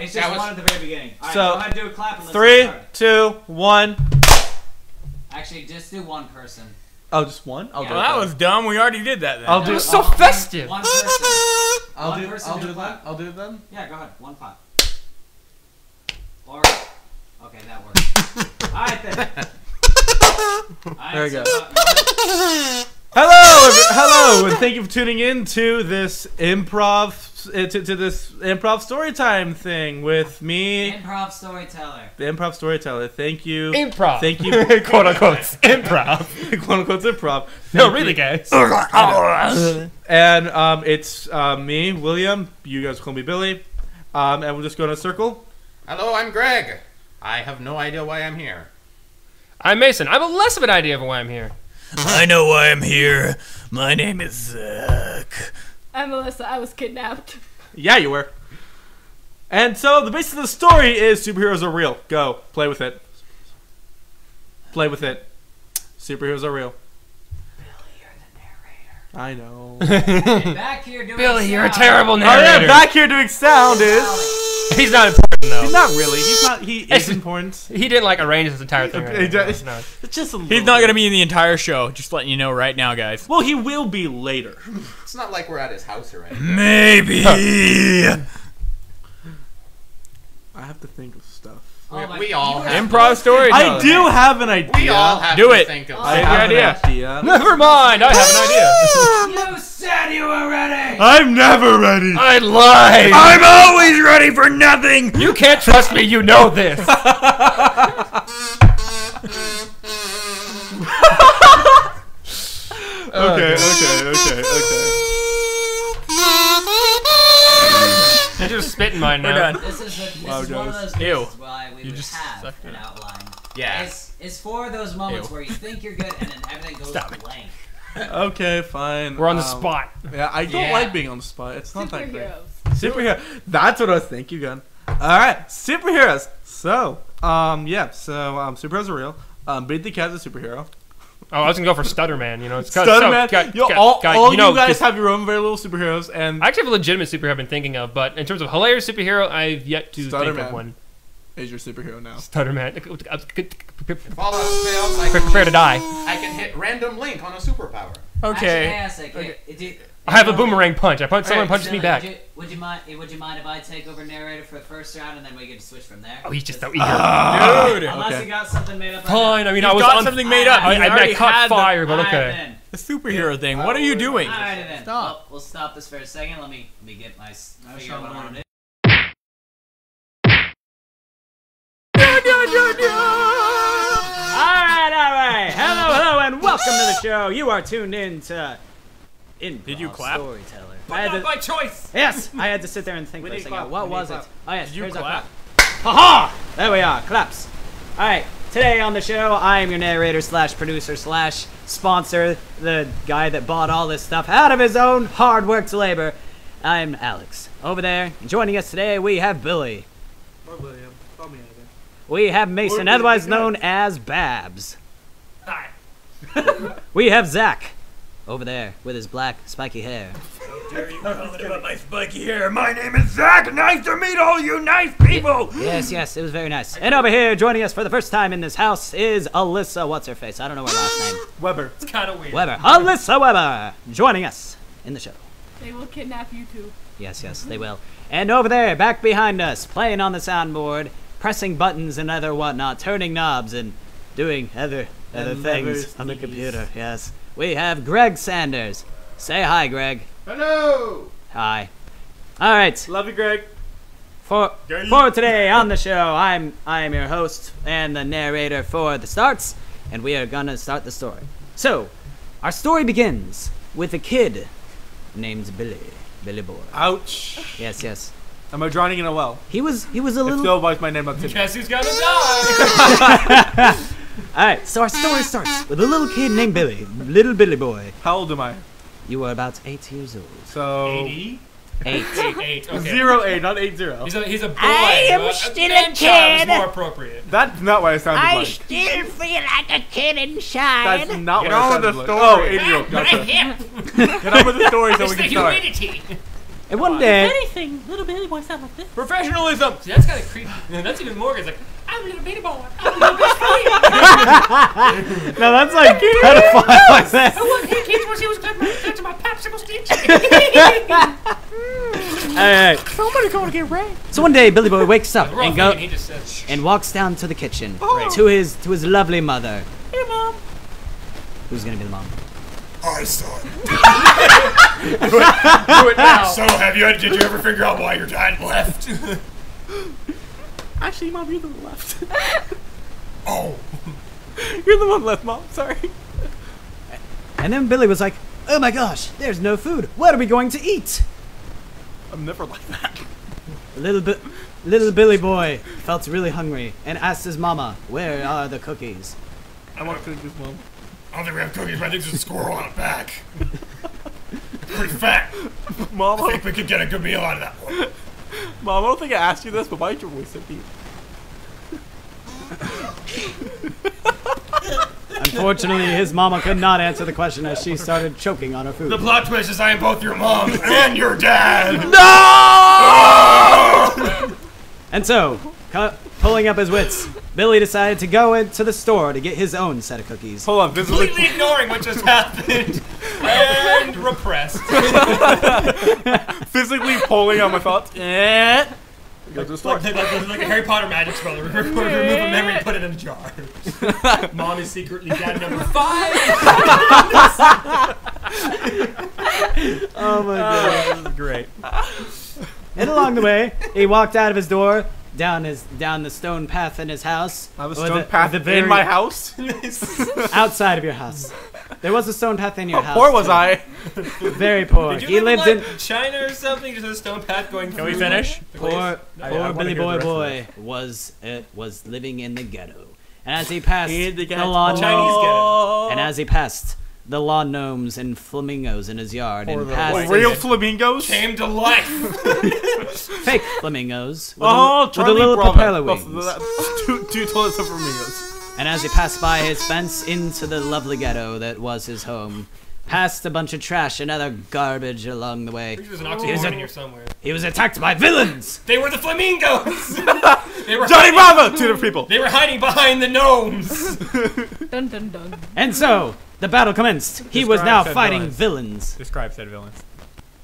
It's That just was- one at the very beginning. All right, So, go ahead, do a clap. And let's get Three, started. two, one. Actually, just do one person. Oh, just one. I'll Yeah. do. Well, that was dumb. We already did that then. I'll No, do. so one- festive. One person. I'll one do. person I'll do do that. clap. I'll do them. Yeah, go ahead. One pop. Or okay, that works. All right then. All right, There we so, go. uh, go ahead. Hello, every- hello, and thank you for tuning in to this improv uh, to, to this improv story time thing with me, Improv storyteller. the improv storyteller. Thank you. Improv. Thank you. quote unquote. Improv. quote unquote improv. No, Thank really, you. guys. And um, it's uh, me, William. You guys call me Billy. Um, and we'll just go in a circle. Hello, I'm Greg. I have no idea why I'm here. I'm Mason. I have a less of an idea of why I'm here. I know why I'm here. My name is Zach. I'm Melissa. I was kidnapped. Yeah, you were. And so the basis of the story is superheroes are real. Go play with it. Play with it. Superheroes are real. I know. oh And back here doing. Billy, you're a sound. terrible narrator. yeah, back here doing sound is Alex, Oh, He's not important though. he's not really. He's not. He is It's- important. He didn't like arrange this entire thing. He- Right now. he- It's not- It's just a little. He's not bit. gonna be in the entire show. Just letting you know right now, guys. Well, he will be later. It's not like we're at his house or anything. Maybe. I have to think of stuff. oh my- we all you were- have- Improv story. I do have an idea. We all have Do to it. think of Oh. I Save your have an idea. idea. Never mind. I have an idea. You said you were ready. I'm never ready. I lied. I'm always ready for nothing. You can't trust me. You know this. Oh, Okay, okay, okay, okay. I just spit in mine now. We're done. This is, a, this Wow, is one of guys. those Ew. reasons why we You would just have sucked an it. outline. Yeah. It's, it's for those moments Ew. where you think you're good and then everything goes Stop it. blank. Okay, fine. We're on the Um, spot. Yeah, I don't Yeah. like being on the spot. It's not that great. Superheroes. Superhero. That's what I was thinking, gun. All right, superheroes. So, um, yeah. So, um, superheroes are real. Um, Big Dick has a superhero. Oh, I was gonna go for Stutterman. You know, it's got Stuntman. So, got- yo, got- all, got- all you, know, guys just- have your own very little superheroes, and I actually have a legitimate superhero I've been thinking of, but in terms of hilarious superhero, I've yet to think Stutterman. of one. is your superhero now. Stutterman. If all else fails, I can, Prepare to die. I can hit random link on a superpower. Actually, Okay. hang on a second. It- it- I have a boomerang punch. I punch someone punches me Dylan, back. Would you, would you mind? Would you mind if I take over narrator for the first round and then we can switch from there? Oh, he's just so eager. Dude. Unless okay. you got something made up. right Fine. I mean, You've I was got on something made up. I, He's I, I already caught had the- fire, now. but All right, okay. then. The superhero thing. What are you doing? All right then. Stop. Well, we'll stop this for a second. Let me let me get my s- figure out what I want to do. Alright, alright. Hello, hello, and welcome to the show. You are tuned in to Improv Did you clap? Storyteller. I had to, by choice. yes, I had to sit there and think for a need second. clap. What We need was clap. it? Oh, yes, Did you here's our clap? Ha ha! There we are, claps. Alright, today on the show, I am your narrator slash producer slash sponsor, the guy that bought all this stuff out of his own hard worked labor. I'm Alex. Over there, joining us today, we have Billy. Or William. Call me either. We have Mason, Or- otherwise known as Babs. we have Zach over there with his black spiky hair. my spiky hair. My name is Zach. Nice to meet all you nice people. Yes, yes, it was very nice. And over here, joining us for the first time in this house is Alyssa. What's her face? I don't know her last name. Weber. It's kind of weird. Weber. Alyssa Weber, joining us in the show. They will kidnap you too. Yes, yes, they will. And over there, back behind us, playing on the soundboard, pressing buttons and other whatnot, turning knobs and doing other other And things other on the thingies. computer. Yes, we have Greg Sanders. Say hi, Greg. Hello. Hi. All right. Love you, Greg. For for today on the show, I'm I'm your host and the narrator for the starts, and we are gonna start the story. So, our story begins with a kid named Billy. Billy Boy. Ouch. Yes, yes. Am I drowning in a well? He was he was a If little so, why's my name up to me? Guess who's gonna die? Alright, so our story starts with a little kid named Billy. Little Billy Boy. How old am I? You were about eight years old. So Eight. Eight. Okay. zero eight, not eight zero. He's a, he's a boy. I am but still man a child is kid. more appropriate. That's not what I sounded I like. still feel like a kid That's inside. not Get what on I with sounded the like. story. Oh, 80 year old. Gotcha. hip. Get on with the story so we can start. humidity. And one day, Anything, little Billy wants out like this. Professionalism. See, that's kind of creepy. And that's even more. It's like, I'm a little bitty boy. I'm a little bitty boy. no, that's like pedophile. Like I that. want kids when she was touching my, touching my popsicle sticks. All right. Somebody's gonna get raped. So one day, Billy Boy wakes up we're all and go thinking he just said, "Shh." and walks down to the kitchen to his to his lovely mother, Oh. Hey, mom. who's gonna be the mom. I saw it. do it now. So have you? Did you ever figure out why your dad left? Actually, mom, you're the one left. oh, you're the one left, mom. Sorry. And then Billy was like, "Oh my gosh, there's no food. What are we going to eat?" I'm never like that. Little bit, little Billy Boy felt really hungry and asked his mama, "Where are the cookies?" I want cookies, mom. I don't think we have cookies. but I think there's a squirrel on a back. Pretty fat. Mom, I I think we could get a good meal out of that one. don't- mom, I don't think I asked you this, but why did your voice so deep? Unfortunately, his mama could not answer the question as she started choking on her food. The plot twist is I am both your mom and your dad. And so, cu- pulling up his wits, Billy decided to go into the store to get his own set of cookies. Hold on, this is like, Completely ignoring what just happened and repressed. physically pulling out my thoughts. Eh. We Go to the store. Like, like, like a Harry Potter magic spell. Remove remove a memory and put it in a jar. Mom is secretly dad number five. Oh my god. This is great. And along the way, he walked out of his door, down his down the stone path in his house. I have a or stone the- path the very- in my house. outside of your house. There was a stone path in your house. Poor was I. Very poor. Did you He live lived in, in like, China or something? Just a stone path going. Can we finish? poor, I poor wanna hear Billy the Boy rest of Boy was it was living in the ghetto. And as he passed In the ghetto. Oh. lawn Chinese ghetto. and as he passed the lawn gnomes and flamingos in his yard and passed Real flamingos. Came to life. fake flamingos with, Oh, a, with a Charlie little Bravo. propeller Both wings. of that- Two, two toilets of flamingos. And as he passed by his fence into the lovely ghetto that was his home, past a bunch of trash and other garbage along the way, There's an oxymoron in here somewhere. he was attacked by villains. They were the flamingos. they were Johnny Bravo to the people. They were hiding behind the gnomes. Dun dun dun. And so the battle commenced. He was Describe now said fighting villains. villains. Describe said villains.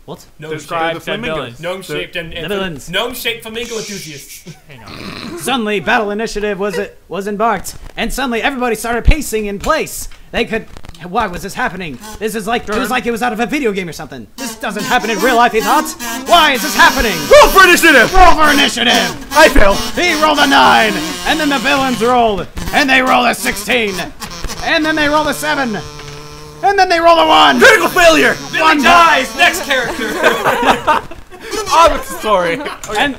What? Gnome Describe shaped, the said flamingos. villains. gnome shaped, and, The and villains. gnome shaped flamingo enthusiasts. Suddenly, battle initiative was it was embarked, and suddenly everybody started pacing in place. They could. Why was this happening? This is like it was like it was out of a video game or something. This doesn't happen in real life, he thought. Why is this happening? Roll for initiative. Roll for initiative. I fail. He rolled a nine, and then the villains rolled, and they rolled a sixteen, and then they rolled a seven, and then they rolled a one. Critical failure. One Guys, next character. On with the story. And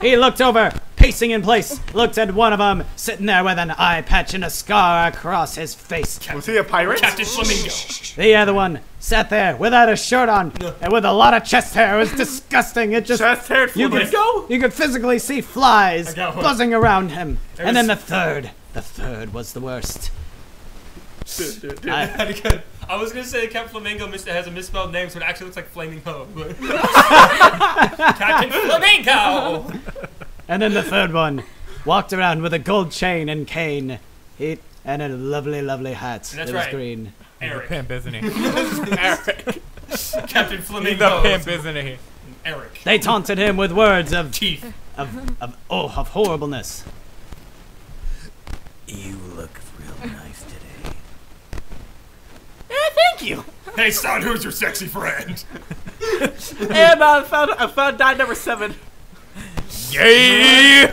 he looked over, pacing in place, looked at one of them sitting there with an eye patch and a scar across his face. Was he a pirate? Captain Flamingo. The other one sat there without a shirt on and with a lot of chest hair. It was disgusting. It just Chest haired you could flamingo. you could physically see flies got one. buzzing around him. And then the was- third, the third was the worst. That'd be good. I was gonna say Captain Flamingo mis- has a misspelled name, so it actually looks like Flaming Ho. but- Captain Flamingo. And then the third one walked around with a gold chain and cane. He and a lovely, lovely hat that was right. green. Eric. Pimp, isn't he? Captain He's the Flamingo. pimp, isn't he? Eric. They taunted him with words of Teeth. of, of oh of horribleness. You look real nice today. Thank you. Hey, son, who's your sexy friend? And I found I found die number seven. Yay!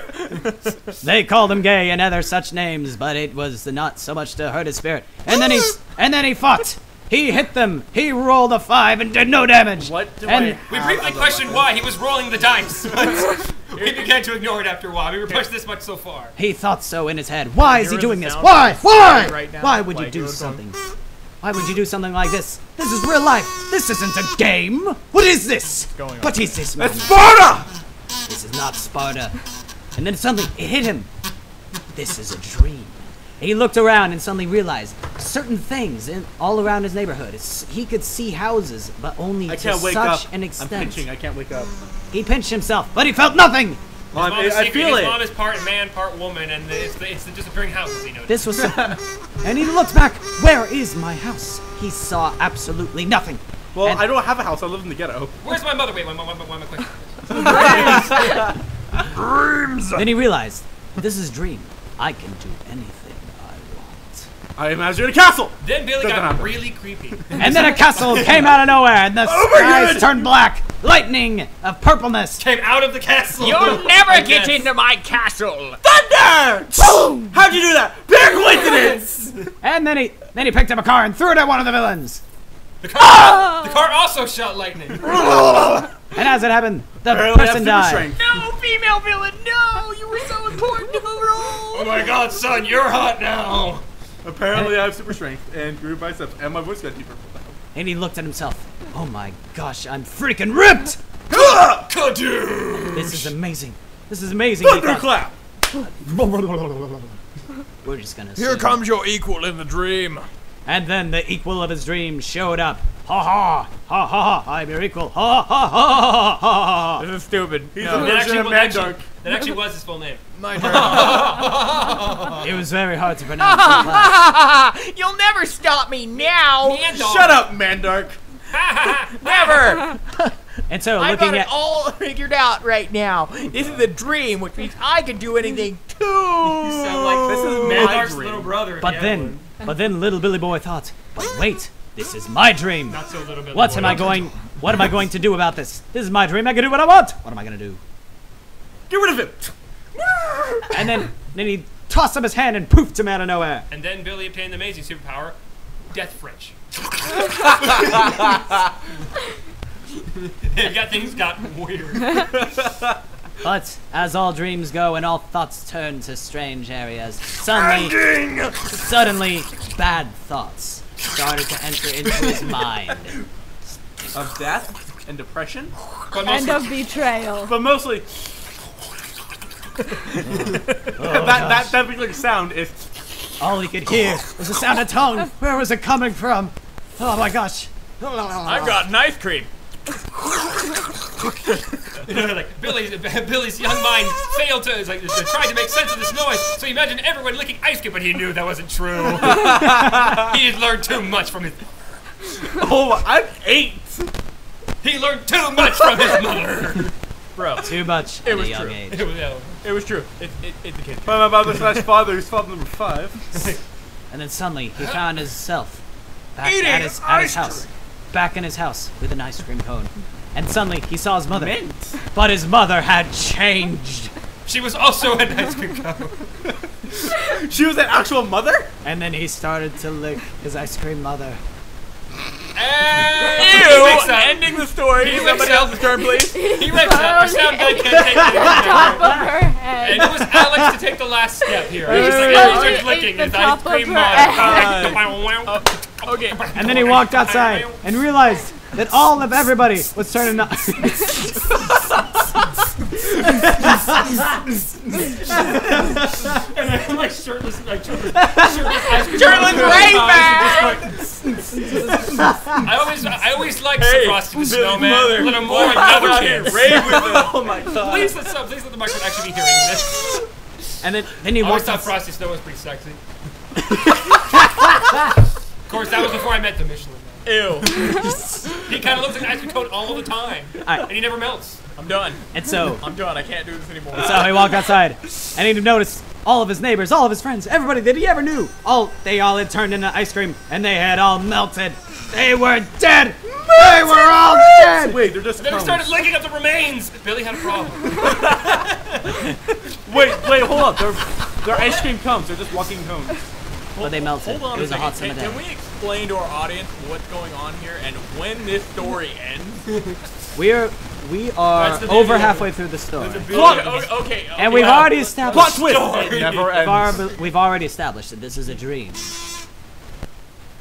They called him gay and other such names, but it was not so much to hurt his spirit. And then he and then he fought. He hit them. He rolled a five and did no damage. What do And We briefly questioned why he was rolling the dice, but we began to ignore it after a while. We were pushed this much so far. he thought so in his head. Why is he There is doing a this? sound Why? Why? right now, Why would you like it do was something? Why would you do something like this? This is real life. This isn't a game. What is this? going on? What is this, man? It's Sparta. This is not Sparta. And then suddenly it hit him. This is a dream. He looked around and suddenly realized certain things in, all around his neighborhood. It's- he could see houses, but only I to can't wake such up. an I'm extent. pinching. I can't wake up. He pinched himself, but he felt nothing. I'm- Mom is I secret- feel his it. mom is part man, part woman, and it's, the, it's the disappearing houses he noticed. This was. so- and he looked back. Where is my house? He saw absolutely nothing. Well, And- I don't have a house. I live in the ghetto. Where's my mother? Wait, why, why, why, why am I quick? Then he realized, this is dream. I can do anything I want. I imagine a castle. Then Billy Doesn't got happen. really creepy. And then a castle came out of nowhere, and the Oh skies turned black. Lightning of purpleness. Came out of the castle. You'll never Yes. get into my castle. How'd you do that? Big coincidence. And then he then he picked up a car and threw it at one of the villains. The car, the car also shot lightning. And as it happened, the Apparently I have person super died. strength. No, female villain, no! You were so important to the role! oh my god, son, you're hot now. Apparently I have super strength and grew biceps and my voice got deeper. And he looked at himself. Oh my gosh, I'm freaking ripped! Kadoo! This is amazing. This is amazing. he thought. Thunderclap. We're just gonna. Here sing. comes your equal in the dream. And then the equal of his dreams showed up. Ha ha! Ha ha! ha. I'm your equal. Ha ha ha ha ha ha! ha. This is stupid. He's That a actually- version of that Mad actually- Dark. That actually was his full name. My turn. It was very hard to pronounce. in class. You'll never stop me now! Shut up, Mandark. Never! And so, I've got looking it at all figured out right now. This is a dream, which means I can do anything too! You Sound like this is my Mandark's dream. little brother. But Yeah, then, but then little Billy Boy thought, but wait, this is my dream. Not so little bit. What am I going, what am I going to do about this? This is my dream, I can do what I want. What am I gonna do? Get rid of him. And then, then he tossed up his hand and poofed him out of nowhere. And then Billy obtained the amazing superpower, Death French. It got things got weird. But as all dreams go and all thoughts turn to strange areas, suddenly, suddenly, bad thoughts started to enter into his mind. Of death and depression, But End mostly, of betrayal. but mostly. Oh, that, that that particular sound is All he could hear was the sound of tongue. Where was it coming from? Oh my gosh. I've got knife cream. like Billy's Billy's young mind failed to is like tried to make sense of this noise. So he imagined everyone licking ice cream, but he knew that wasn't true. he had learned too much from his. oh I'm eight. He learned too much from his mother. Too much at a young age. It was- yeah. It was true. It, it, it's the kid. By my mother slash father, who's father number five. And then suddenly he found himself back at his, at his house. Back in his house with an ice cream cone. And suddenly he saw his mother. But his mother had changed. She was also an ice cream cone. She was an actual mother. And then he started to lick his ice cream mother. And he Ew! wakes up. Ending the story. He wakes Somebody up. else's turn, please. He wakes up. Our sound guy can't take it anymore. Top of her head. And it was Alex to take the last step here. He just like, slowly yeah, he starts ate licking the his top ice cream of mug. Okay. And then he walked outside and realized that all of everybody was turning to like shirtless, like shirtless, shirtless ice cream. Shirtless Ray Ban! I always, I always liked Hey, Frosty the Billy's Snowman. mother. Let him more another chance. Rave with them. Oh my god. Please let some, please let the microphone actually be hearing this. And then, then he I always walked thought outside. Frosty Snow was pretty sexy. of course, that was before I met the Michelin Man. Ew. He kind of looks like an ice cream cone all the time, Alright. and he never melts. I'm done. And so I'm done. I can't do this anymore. So he walked outside, and he noticed all of his neighbors, all of his friends, everybody that he ever knew. All they all had turned into ice cream, and they had all melted. They were dead. They were all dead. Wait, they're just. Then he clones. started licking up the remains. Billy had a problem. Wait, wait, hold up. They're they're ice cream cones. They're just walking cones. But they melted. Hold on It was a second. hot summer Can- Can day. we explain to our audience what's going on here and when this story ends? We are we That's are the beauty Uh, over of it. halfway through the story, Okay, okay, okay. and we've already established. It never We've ends. already, we've already established that this is a dream.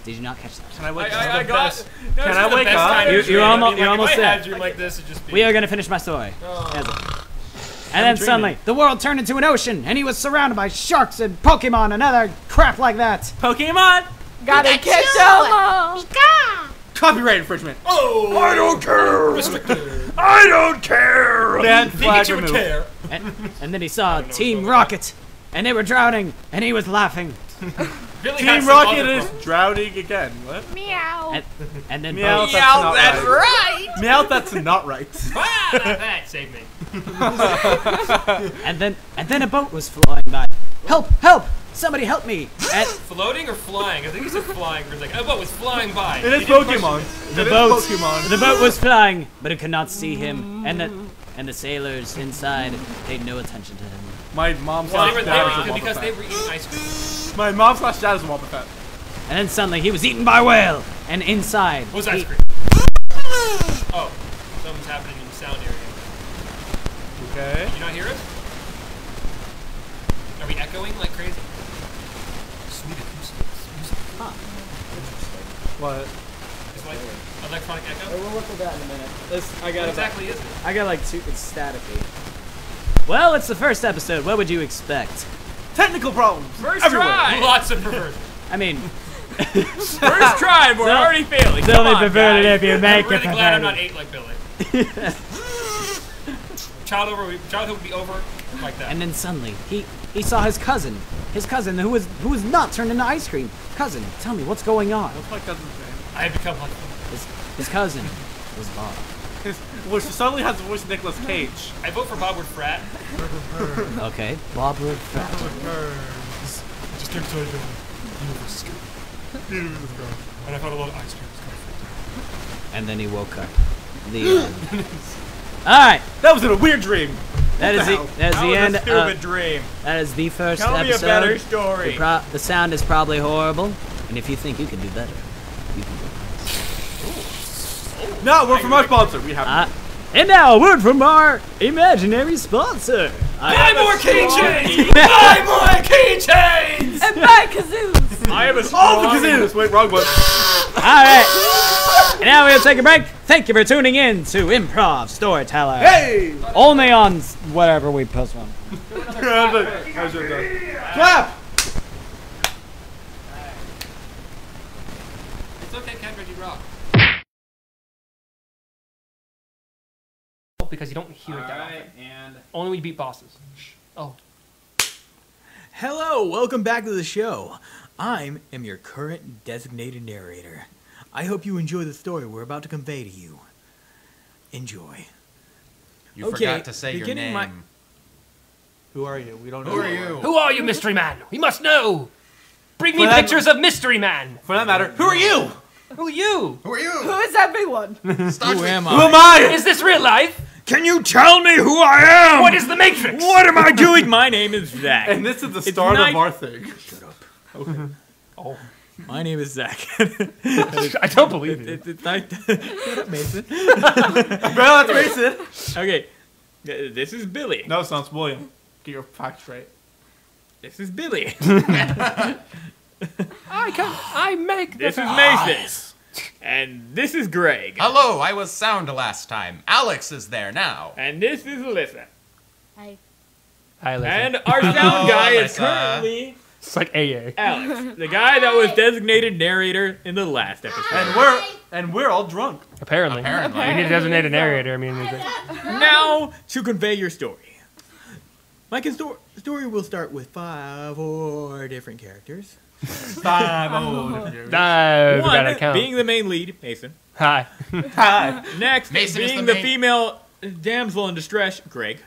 Did you not catch that? Can I wake I, I, I up? got. No, Can this I is the wake best up? time You- to you dream. almo- I mean, you like, almost if I said. had a dream like this, it'd just be. We are gonna finish my story. Yes. And then suddenly, the world turned into an ocean, and he was surrounded by sharks and Pokemon and other crap like that. Pokemon. Gotta catch 'em all. Copyright infringement. Oh! I don't care. I don't care. Bad flag Pikachu would removed. care. And, and then he saw Team Rocket, and they were drowning, and he was laughing. Billy got Team some Rocket other is problem. drowning again. What? And, and then Meow, both, that's not right. right. Meow, that's not right. Ah, that saved me. and then and then a boat was flying by. Help! Help! Somebody help me! And Floating or flying? I think he said flying. He was like, oh, what was flying by? It is He didn't question Pokemon. the It is boat, Pokemon. the boat was flying, but it could not see him, and the and the sailors inside paid no attention to him. My mom Well, slash they were, dad they is a were, because they Wobbuffet. were eating ice cream. My mom slash dad is a Wobbuffet. And then suddenly he was eaten by a whale, and inside What was he- ice cream? Oh, something's happening in the sound area. Okay. Did you not hear us? Are we echoing like crazy? Sweet acoustics. Music What? is like electronic echo. We'll look at that in a minute. This I What got exactly is it? I got like two. It's staticky. Well, it's the first episode. What would you expect? Technical problems. First everywhere. Lots of perversion. I mean, First try, we're So- already failing. it's only Come on, perverted guys. if you I'm make really it glad I'm perverted. not eight like Billy. Child over, childhood would be over like that. And then suddenly he he saw his cousin, his cousin who was who was not turned into ice cream. Cousin, tell me what's going on. What's my cousin's name? I had become like His, his cousin was Bob. His voice suddenly has the voice of Nicolas Cage. I vote for Bobward Frat. Okay, Bob would frat. Just keep telling them, you were scared. And I found a lot of ice cream. and then he woke up. The end. All right, That was in a weird dream. that is the, that is That the was end. a stupid Of, dream. that is the first Tell me a episode. better The, story. pro- the sound is probably horrible, and if you think you can do better, you can. Do better. No, we're from our sponsor. We have. Uh, and now a word from our imaginary sponsor. I, more keychains! And buy kazoos. I have a All strong, the casinos. Wait, wrong one. all right, and now we'll take a break. Thank you for tuning in to Improv Storyteller. Hey. Only on s- whatever we post on. Clap. It's okay, Cat Reggie Rock. Because you don't hear it that often. Alright, and Only when you beat bosses. Oh. Hello, welcome back to the show. I am your current designated narrator. I hope you enjoy the story we're about to convey to you. Enjoy. You Okay, forgot to say your beginning name. my- Who are you? We don't know. Who are you? Who are you, Mystery Man? We must know! Bring me Well, that- pictures of Mystery Man! For that matter, who are you? Who are you? Who are Who you? is everyone? Who am Who am I? I? Is this real life? Can you tell me who I am? What is the Matrix? What am I doing? My name is Zach. And this is the start night- of our thing. My name is Zach. I don't believe you. It's- it's night- Shut up, Mason. Well, that's racist. Okay, th- this is Billy. No, it's not William. Get your facts right. This is Billy. I can I make This is Mason. And this is Greg. Hello, I was sound last time. Alex is there now. And this is Alyssa. Hi, Lisa. And our sound guy is Alyssa. currently it's like AA. Alex, the guy that was designated narrator in the last episode. And we're and we're all drunk. Apparently. Apparently. You need to designate a narrator. I mean, is it- Now to convey your story. My con- stor- story will start with five or different characters. Five old. I've got to One count. being the main lead, Mason. Hi. Hi. Next Mason is being the, the main- female damsel in distress, Greg.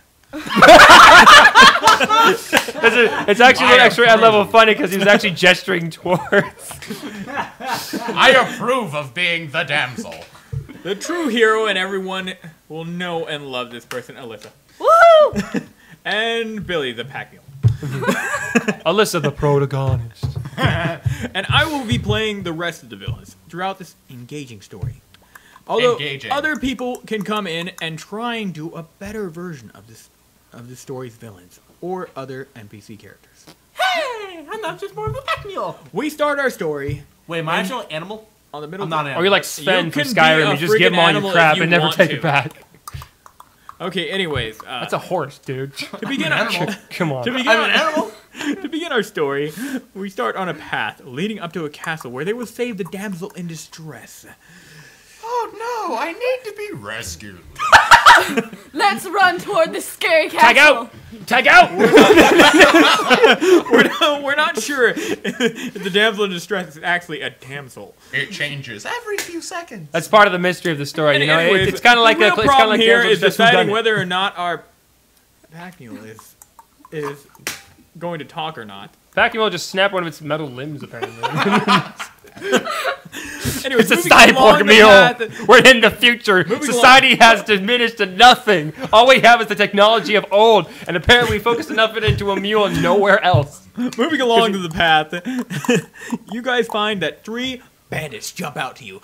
It's, a- it's actually an extra ad level funny because he was actually gesturing towards. I approve of being the damsel. The true hero, and everyone will know and love this person, Alyssa. Woohoo! And Billy, the pack mule. Alyssa, the protagonist. And I will be playing the rest of the villains throughout this engaging story. Although Engaging. other people can come in and try and do a better version of this of the story's villains or other NPC characters. Hey, I'm not just more of a pack mule. We start our story Wait, am I actually an animal? on the middle I'm not of an Or you animal. like Sven You from can be Skyrim? a You just give friggin' him all animal your if crap you and never want take to. it back. the- Okay. Anyways, uh, That's a horse, dude. To begin I'm our an animal. Come on. To begin I'm an animal. to begin our story, we start on a path leading up to a castle where they will save the damsel in distress. Oh no, I need to be rescued. Let's run toward the scary castle. Tag out! We're not, we're not, uh, we're not sure if the damsel in distress is actually a damsel. It changes every few seconds. That's part of the mystery of the story, you know. It- Anyways, it's kind of like the a, real it's kind problem of like here Daniel's is Just Who Done deciding It. whether or not our vacuole is is going to talk or not. Vacuum will just snap one of its metal limbs, apparently. Anyways, it's a moving cyborg along the meal. path- We're in the future. Moving Society along- has diminished to nothing. All we have is the technology of old, and apparently we focused enough of it into a mule and nowhere else. Moving along to the path, you guys find that three bandits jump out to you.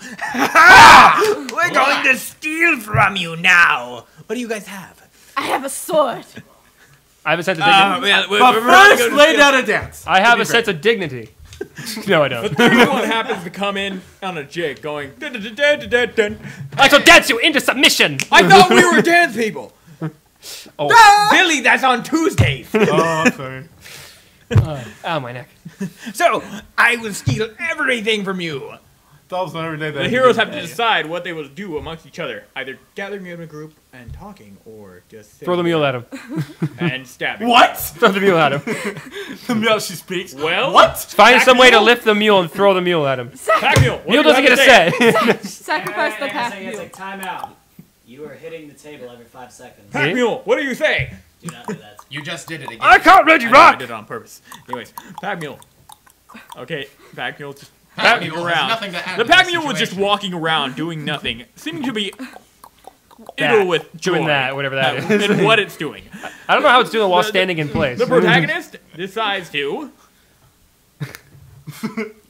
We're going to steal from you now. What do you guys have? I have a sword. I have a sense of Ah, dignity. well, we- But we- we're not first, gonna lay do- down a dance. I It'll have be a sense of dignity. no, I don't. Everyone happens to come in on a jig going. "Dun, dun, dun, dun, dun, dun." I shall dance you into submission. I thought we were dance people. Oh. Billy, that's on Tuesdays. Oh, sorry. oh, my neck. So I will steal everything from you. That was not every day. That The heroes have to decide what they will do amongst each other, either gathering in a group and talking, or just sitting Throw the mule at him. there and stabbing. Throw the mule at him. the mule she speaks. Well, Find some way to lift the mule and throw the mule at him. Pack mule. Mule doesn't get a say. Sacrifice the pack It's mule. like time out. You are hitting the table every five seconds. Pack mule. What do you say? Do not do that. You just did it again. I caught Reggie know, Rock. I did it on purpose. Anyways, pack mule. Okay, pack mule just Pack walking mule has around. nothing to add the to this pack mule was just walking around doing nothing, seeming to be idle with joy doing that, whatever that at- is. at what it's doing. I don't know how it's doing while The- the- standing in place. The protagonist decides to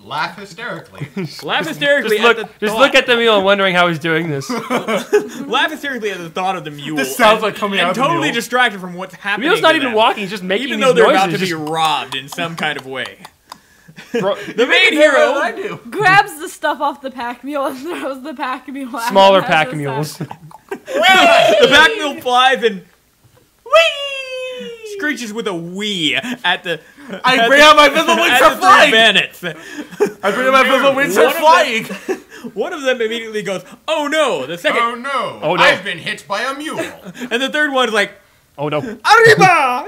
Laugh hysterically. laugh hysterically Just look, at the just thought- look at the mule and wondering how he's doing this. laugh hysterically at the thought of the mule. This sounds and- like coming and out of the totally mule. distracted from what's happening. mule's not to even them. walking; he's just making even these though they're about to noises, be just- robbed in some kind of way. the You main can do it hero. what I Grabs the stuff off the pack mule and throws the pack mule at Smaller him as pack a mules. the back mule flies and wee screeches with a wee at the. I at bring the- out my visible wings at for the three flying. bandits. I bring out my visible wings for One of them- flying. One of them immediately goes, "Oh no!" The second, Oh no! Oh, no. I've been hit by a mule. and the third one's like, "Oh no!" "Arriba!"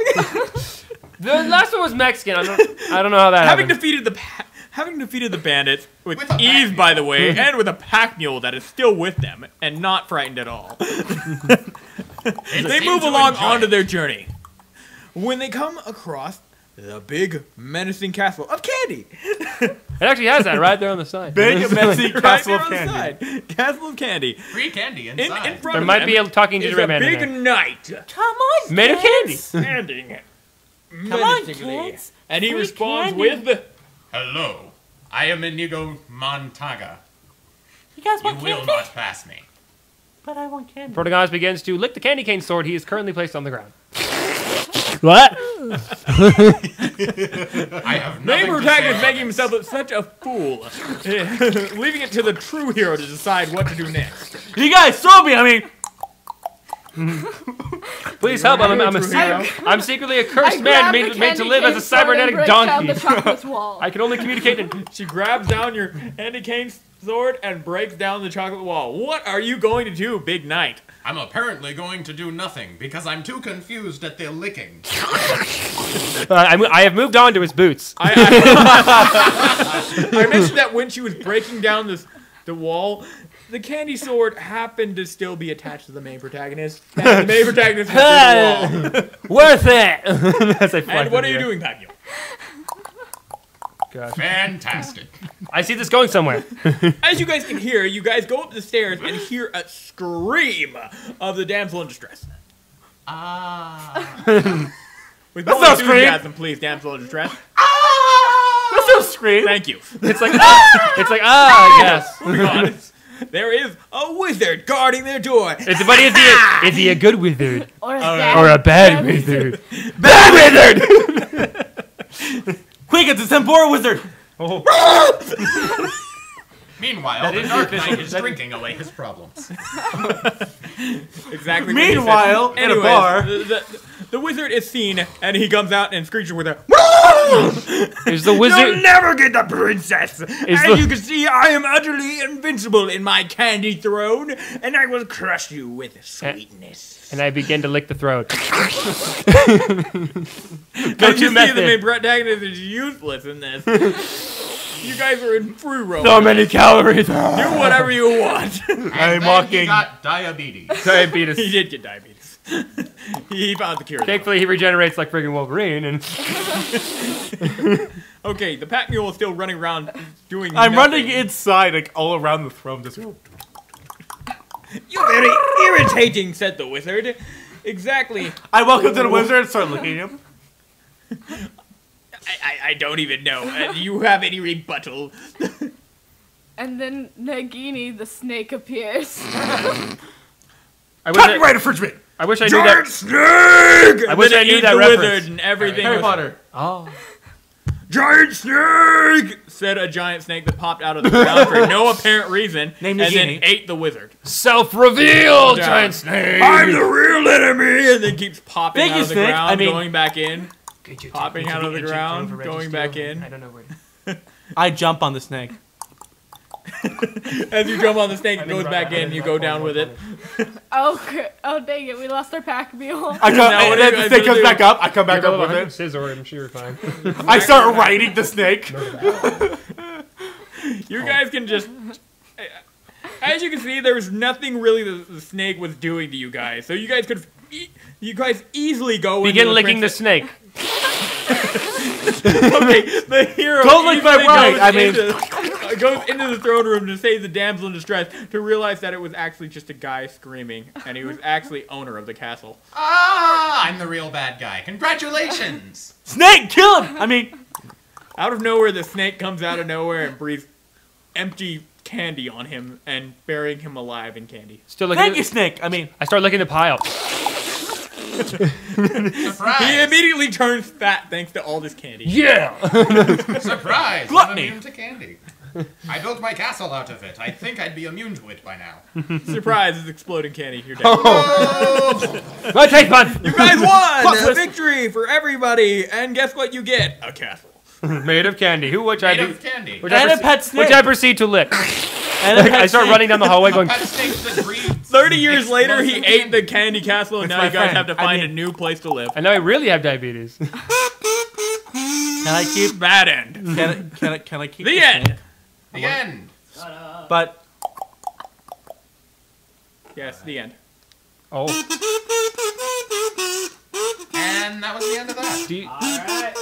The last one was Mexican. I don't, I don't know how that having happened. defeated the pa- having defeated the bandits with, ease, by the way, and with a pack mule that is still with them and not frightened at all. they seemed move to along enjoy onto their journey. When they come across the big menacing castle of candy, It actually has that right there on the side. big menacing Right castle there of on the side. candy, castle of candy. Free candy In, in inside. front There of might them be a talking is gingerbread man in big knight Come on, Made of kids. standing Come on, menacingly, kids. and he Free responds candy. with, Hello, I am Inigo Montaga. You guys You want will candy? not pass me. But I want candy. Protagonist begins to lick the candy cane sword he is currently placed on the ground. what? I have Main nothing to say. protagonist making himself look such a fool, leaving it to the true hero to decide what to do next. You guys saw me. I mean, Please help! I'm, I'm, a, True hero. I'm secretly a I cursed man grab made, the made to candy live as a cane sword and cybernetic break down donkey. the chocolate wall. I can only communicate in. She grabs down your candy cane sword and breaks down the chocolate wall. What are you going to do, big knight? I'm apparently going to do nothing because I'm too confused at their licking. Uh, I'm, I have moved on to his boots. I mentioned that when she was breaking down this, the wall, the candy sword happened to still be attached to the main protagonist. And the main protagonist went through the wall. Worth it. As I fly And what through are you the air. doing, Pagno? Gosh. Fantastic. I see this going somewhere. As you guys can hear, you guys go up the stairs and hear a scream of the damsel in distress. Ah. With That's more no scream. enthusiasm, please, damsel in distress. That's no scream. Thank you. It's like ah, it's like ah, I guess. Moving on. There is a wizard guarding their door. It's, but is he a, is he a good wizard Or a bad- or a bad bad wizard? bad wizard. Quick, it's a Sambora wizard. Meanwhile, That the is the Dark official- Knight is that- drinking away his problems. exactly. Meanwhile, what at a bar- the, the, the wizard is seen, and he comes out and screeches with a. Is the You'll wizard- never get the princess. Is As the- you can see, I am utterly invincible in my candy throne, and I will crush you with Eh. sweetness. And I begin to lick the throat. Don't Go-to you see the main method. protagonist is useless in this. you guys are in free roam. So many calories. Do whatever you want. I'm walking. He got diabetes. Diabetes. he did get diabetes. he found the cure. though. Thankfully, he regenerates like friggin' Wolverine, and Okay, the pack mule is still running around doing. I'm nothing. running inside, like all around the throne. Just You're very irritating," said the wizard. Exactly. I walk up to the wizard and start looking at him. I, I, I don't even know. Uh, do you have any rebuttal? And then Nagini the snake appears. I wish I, I wish I knew that. Giant snake! I wish Then I it knew eats that the reference. wizard and everything. Harry was- Potter. Oh. Giant snake! Said a giant snake that popped out of the ground for no apparent reason, Named and then Nagini. ate the wizard. Self-reveal, Yeah. giant snake. I'm the real enemy, and then keeps popping Biggest out of the snake, ground, I mean- going back in, your popping technique out to of the the ancient throne ground, for going Regis back Steel. in. I don't know where. I jump on the snake. As you jump on the snake, I it think goes Rob- back I in. think You Rob go won down one with it. oh, cr- oh dang it, we lost our pack mule. I come, Now and what are then the you guys snake gonna comes do? back up. I come back You're up with behind it. Scissor him, sure, fine. I start riding the snake. You guys can just. As you can see, there was nothing really that the snake was doing to you guys. So you guys could. e- You guys easily go Begin into licking the snake. okay, the hero. Don't lick my easily wine, goes I mean- into- uh, goes into the throne room to save the damsel in distress to realize that it was actually just a guy screaming, and he was actually owner of the castle. Ah, I'm the real bad guy. Congratulations. Snake, kill him! I mean, Out of nowhere, the snake comes out of nowhere and breathes empty candy on him and burying him alive in candy. Still looking. thank you, snake. I mean, I start licking the pile. He immediately turns fat thanks to all this candy. Yeah. Surprise! Gluttony. I'm immune to candy. I built my castle out of it. I think I'd be immune to it by now. Surprise is exploding candy. You're dead. Oh. My take bud. You guys won! Plot a twist. victory for everybody! And guess what you get? A castle. Made of candy. Who which I Made do, of candy. Which And I a pet snake. Which I proceed to lick. And a Like, pet I start snake. running down the hallway A going. pet Thirty years later, he ate the candy castle, and It's now my you guys friend. have to I find mean- a new place to live. And now I really have diabetes. can I keep bad end? Can I, can I, can I keep The the end. snake? The end. But Yes, the end. Oh. And that was the end of that. Do you, All right.